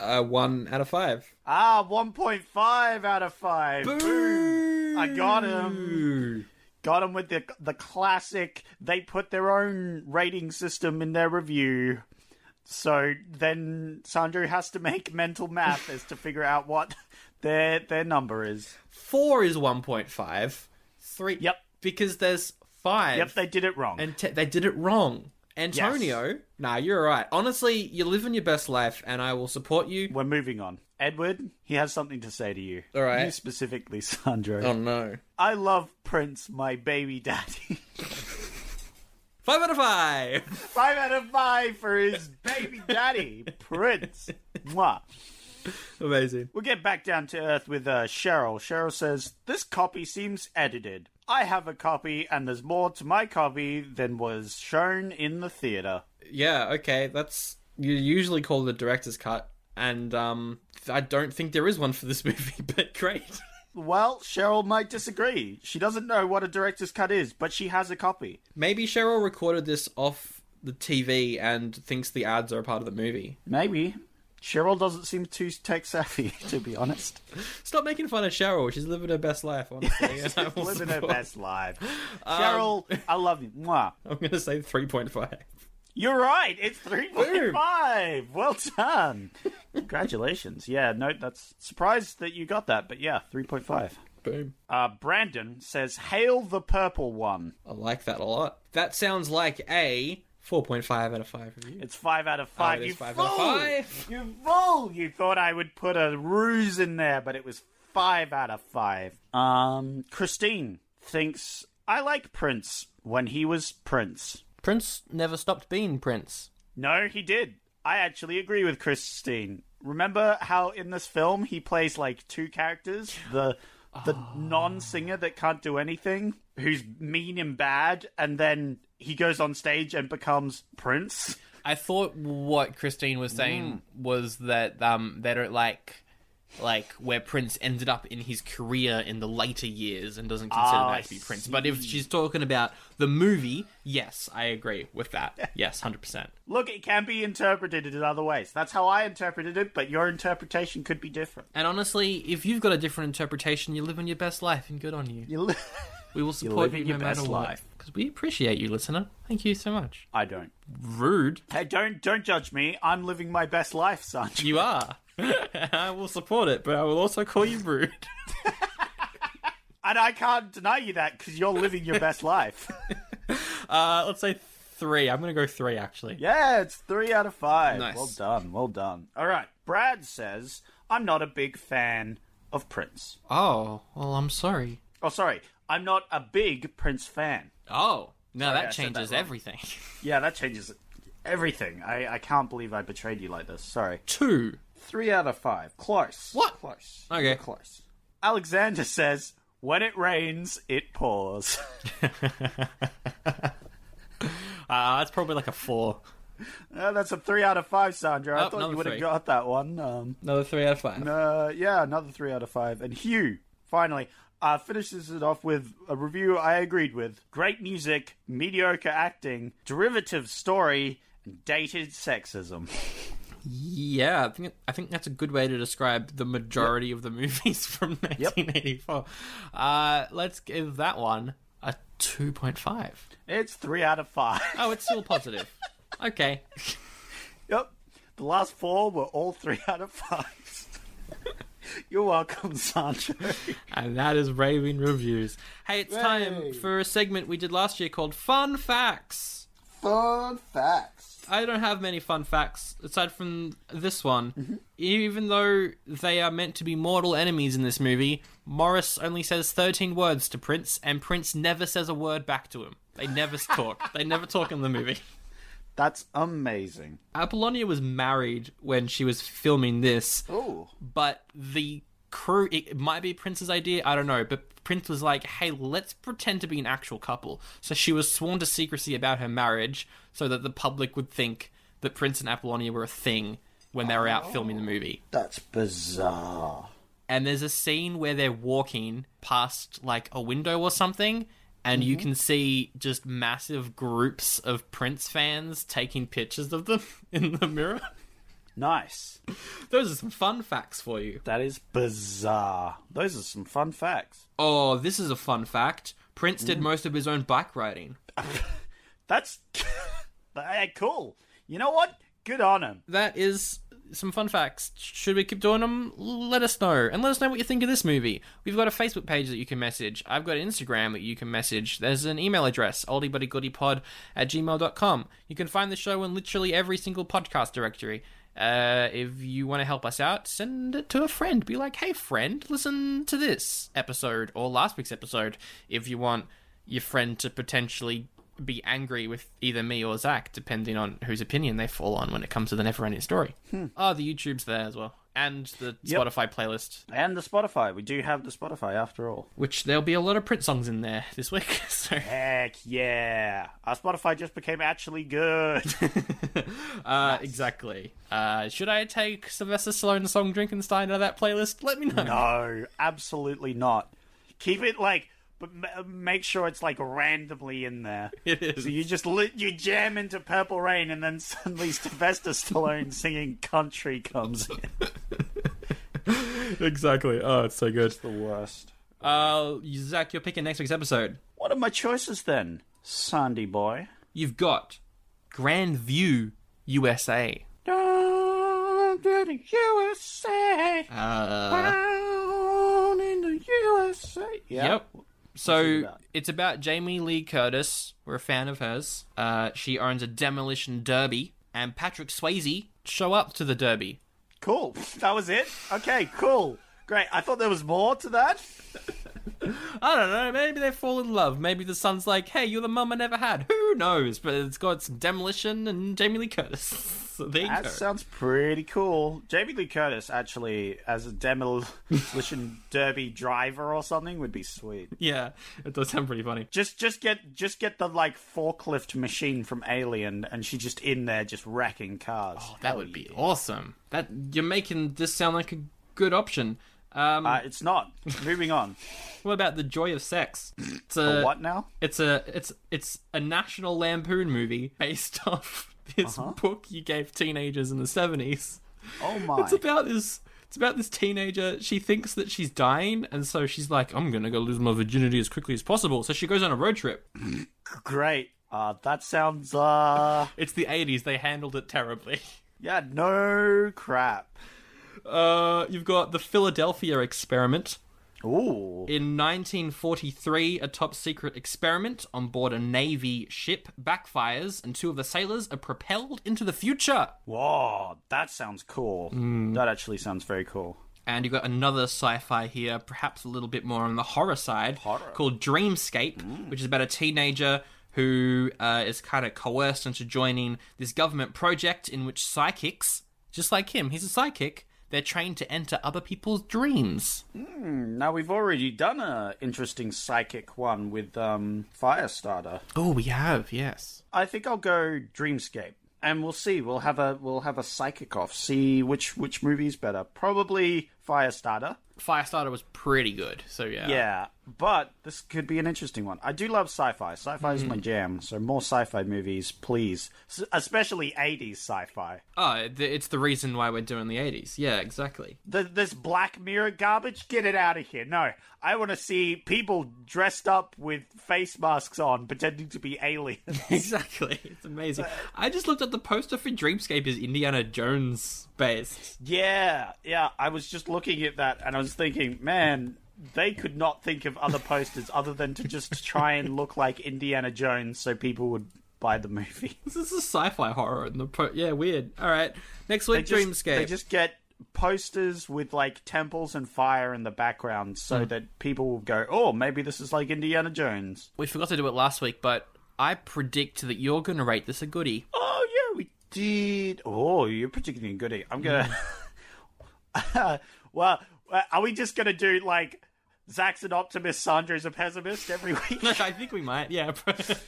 Uh, one out of five.
Ah, 1.5 out of 5. I got him.
Boo.
got them with the the classic. They put their own rating system in their review, so then Sandro has to make mental math as to figure out what their their number is.
Four is one point five. Three.
Yep.
Because there's five.
Yep, they did it wrong.
and te- they did it wrong. Antonio, nah, you're all right. Honestly, you're living your best life, and I will support you.
We're moving on. Edward, he has something to say to you.
All right.
You specifically, Sandro.
Oh no,
I love Prince, my baby daddy.
five out of five.
five out of five for his baby daddy, Prince. Mwah.
Amazing.
We'll get back down to earth with uh, Cheryl. Cheryl says, This copy seems edited. I have a copy, and there's more to my copy than was shown in the theatre.
Yeah, okay, that's you usually call the director's cut, and um, I don't think there is one for this movie. But great.
Well, Cheryl might disagree. She doesn't know what a director's cut is, but she has a copy.
Maybe Cheryl recorded this off the TV and thinks the ads are a part of the movie.
Maybe. Cheryl doesn't seem too tech savvy, to be honest.
Stop making fun of Cheryl. She's living her best life, honestly. and I will
Living her
support-
best life. Um, Cheryl, I love you. Mwah.
I'm gonna say three point five.
You're right. It's 3.5. Well done. Congratulations. Yeah, no, that's surprised that you got that, but yeah, 3.5.
Boom.
Uh, Brandon says, Hail the purple one.
I like that a lot. That sounds like a 4.5 out of 5 review.
It's 5 out of
Oh,
5.
it
you
is five
fool!
out of five.
You fool! You thought I would put a ruse in there, but it was 5 out of 5. Um, Christine thinks, I like Prince when he was Prince.
Prince never stopped being Prince.
No, he did. I actually agree with Christine. Remember how in this film he plays like two characters? The the non-singer that can't do anything, who's mean and bad, and then he goes on stage and becomes Prince.
I thought what Christine was saying was that um they don't like like where Prince ended up in his career in the later years and doesn't consider
Ah, I
that to be Prince. But if she's talking about the movie, yes, I agree with that. Yes, hundred percent.
Look, it can be interpreted in other ways. That's how I interpreted it, but your interpretation could be different.
And honestly, if you've got a different interpretation, you're living your best life, and good on you.
You li-
We will support
living
you no
your
matter
best
what
life.
because we appreciate you, listener. Thank you so much.
I don't.
Rude,
Hey, don't don't judge me. I'm living my best life, son.
you are. I will support it, but I will also call you rude.
And I can't deny you that because you're living your best life.
Uh, let's say three. I'm gonna go three actually.
Yeah, it's three out of five.
Nice.
Well done, well done. All right, Brad says, I'm not a big fan of Prince.
Oh, well, I'm sorry.
Oh, sorry, I'm not a big Prince fan.
Oh, no,
I
that
said that
changes
wrong.
everything.
Yeah, that changes everything. I, I can't believe I betrayed you like this. Sorry.
Two.
Three out of five. Close.
What?
Close.
Okay.
Close.
Alexander says, "When it rains, it pours."
Uh, that's probably like a four.
Uh, that's a three out of five, Sandra.
Oh,
I thought
another
you would
three.
have got that one. Um,
Another three out of five.
uh, yeah, another three out of five. And Hugh finally uh, finishes it off with a review I agreed with: great music, mediocre acting, derivative story, and dated sexism.
Yeah, I think I think that's a good way to describe the majority of the movies from 1984. Uh, let's give that one a 2.5.
It's three out of five.
Oh, it's still positive. okay.
Yep. The last four were all three out of fives. You're welcome, Sancho.
And that is Raving Reviews. Hey, it's time for a segment we did last year called Fun Facts.
Fun facts.
I don't have many fun facts aside from this one. Even though they are meant to be mortal enemies in this movie, Morris only says 13 words to Prince, and Prince never says a word back to him. They never talk. They never talk in the movie.
That's amazing.
Apollonia was married when she was filming this,
Ooh.
but the crew, it might be Prince's idea, I don't know, but Prince was like, hey, let's pretend to be an actual couple. So she was sworn to secrecy about her marriage so that the public would think that Prince and Apollonia were a thing when they were out filming the movie.
That's bizarre.
And there's a scene where they're walking past like a window or something. And you can see just massive groups of Prince fans taking pictures of them in the mirror.
Nice.
Those are some fun facts for you.
That is bizarre. Those are some fun facts.
Oh, this is a fun fact. Prince did most of his own bike riding.
That's Hey, cool. You know what? Good on him.
That is some fun facts. Should we keep doing them? Let us know. And let us know what you think of this movie. We've got a Facebook page that you can message. I've got an Instagram that you can message. There's an email address, oldiebuddygoodypod at gmail.com. You can find the show in literally every single podcast directory. Uh, if you want to help us out, send it to a friend. Be like, hey, friend, listen to this episode or last week's episode if you want your friend to potentially be angry with either me or Zach, depending on whose opinion they fall on when it comes to the Neverending Story. Oh, the YouTube's there as well, and the Spotify playlist,
And the Spotify. We do have the Spotify after all.
which there'll be a lot of print songs in there this week. So,
Heck yeah. Our Spotify just became actually good.
uh, exactly. Uh, should I take Sylvester Stallone's song "Drinkenstein" out of that playlist? Let me know.
no, absolutely not. Keep it like but ma- make sure it's like randomly in there.
It is.
So you just li- you jam into Purple Rain, and then suddenly Sylvester Stallone singing country comes in.
exactly. Oh, it's so good.
The worst.
Uh, Zach, you're picking next week's episode.
What are my choices then, Sandy boy?
You've got Grand View, USA.
Down in the USA,
Uh,
down in the USA.
Yep. So it's about Jamie Lee Curtis. We're a fan of hers. Uh, she owns a demolition derby, and Patrick Swayze show up to the derby.
Cool. That was it. Okay. Cool. Great. I thought there was more to that.
I don't know. Maybe they fall in love. Maybe the son's like, "Hey, you're the mum I never had." Who knows? But it's got some demolition and Jamie Lee Curtis. so there you
That
go.
sounds pretty cool. Jamie Lee Curtis, actually, as a demolition derby driver or something, would be sweet.
yeah, it does sound pretty funny.
Just, just get, just get the like forklift machine from Alien, and she just in there just wrecking cars.
Oh, that would be awesome. That you're making this sound like a good option. Um,
Uh, it's not. Moving on.
what about the joy of sex? It's a-
what now?
It's a it's it's a National Lampoon movie based off this book you gave teenagers in the seventies.
Oh my!
It's about this it's about this teenager. She thinks that she's dying, and so she's like, "I'm gonna go lose my virginity as quickly as possible." So she goes on a road trip.
Great. Uh, that sounds. Uh,
It's the eighties; they handled it terribly.
yeah. No crap.
Uh, you've got the Philadelphia experiment.
Ooh.
In 1943, a top secret experiment on board a Navy ship backfires, and two of the sailors are propelled into the future.
Whoa. That sounds cool. That actually sounds very cool.
And you've got another sci fi here, perhaps a little bit more on the horror side, called Dreamscape, which is about a teenager who uh, is kind of coerced into joining this government project in which psychics, just like him, he's a psychic,
They're trained to enter other people's dreams.
Now we've already done a interesting psychic one with um, Firestarter.
Oh, we have, yes.
I think I'll go Dreamscape, and we'll see. We'll have a we'll have a psychic off. See which which movie's better. Probably Firestarter.
Firestarter was pretty good, so yeah.
Yeah, but this could be an interesting one. I do love sci-fi. Sci-fi is my jam. So more sci-fi movies, please. S- especially '80s sci-fi.
Oh, th- it's the reason why we're doing the 80s. Yeah, exactly.
Th this Black Mirror garbage, get it out of here. No, I want to see people dressed up with face masks on, pretending to be aliens.
Exactly. It's amazing. I just looked at the poster for Dreamscape is Indiana Jones based.
Yeah, yeah. I was just looking at that and I was thinking, man, they could not think of other posters other than to just try and look like Indiana Jones so people would buy the movie.
This is a sci-fi horror and the po- yeah, weird. All right. Next
They
week
just,
Dreamscape.
They just get posters with like temples and fire in the background so that people will go, oh, maybe this is like Indiana Jones.
We forgot to do it last week, but I predict that you're going to rate this a goodie.
Oh, yeah, we did. Oh, you're particularly goody. I'm going to. Well, uh, are we just going to do like. Zach's an optimist, Sandra's a pessimist every week.
I think we might. Yeah.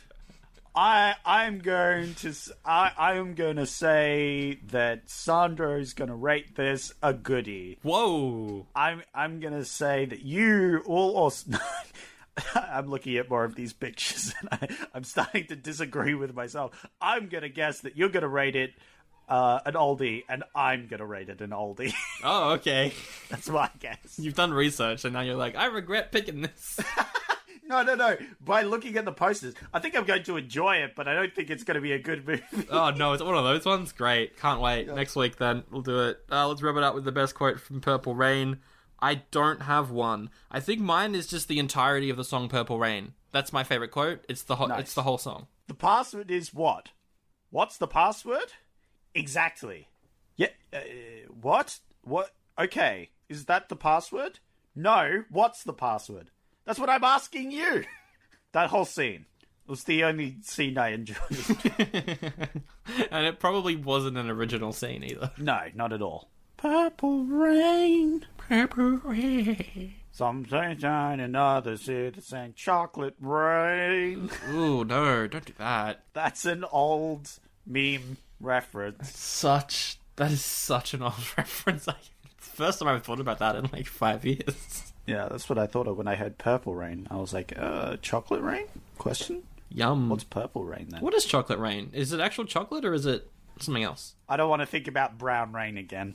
I I'm going to s- I I am going to say that Sandro's going to rate this a goodie.
Whoa.
I'm I'm going to say that you all also. I'm looking at more of these pictures and I, I'm starting to disagree with myself. I'm going to guess that you're going to rate it uh, an oldie and I'm going to rate it an oldie.
Oh, okay.
That's my guess.
You've done research and now you're like, I regret picking this.
No, no, no. By looking at the posters, I think I'm going to enjoy it, but I don't think it's going to be a good movie.
oh no, it's one of those ones. Great. Can't wait. Next week then we'll do it. Uh, let's wrap it up with the best quote from Purple Rain. I don't have one. I think mine is just the entirety of the song Purple Rain. That's my favorite quote. It's the ho- it's the whole song.
The password is what? What's the password? Exactly. Yeah. Uh, what? What? Okay. Is that the password? No. What's the password? That's what I'm asking you. that whole scene was the only scene I enjoyed.
and it probably wasn't an original scene either.
no, not at all. Purple rain.
Purple rain.
Some sunshine and others here to saying chocolate rain.
Ooh, no, don't do that.
That's an old meme reference.
Such that is such an old reference. I first time I've thought about that in like five years.
Yeah, that's what I thought of when I heard purple rain. I was like, uh, chocolate rain? Question?
Yum.
What's purple rain then?
What is chocolate rain? Is it actual chocolate or is it something else?
I don't want to think about brown rain again.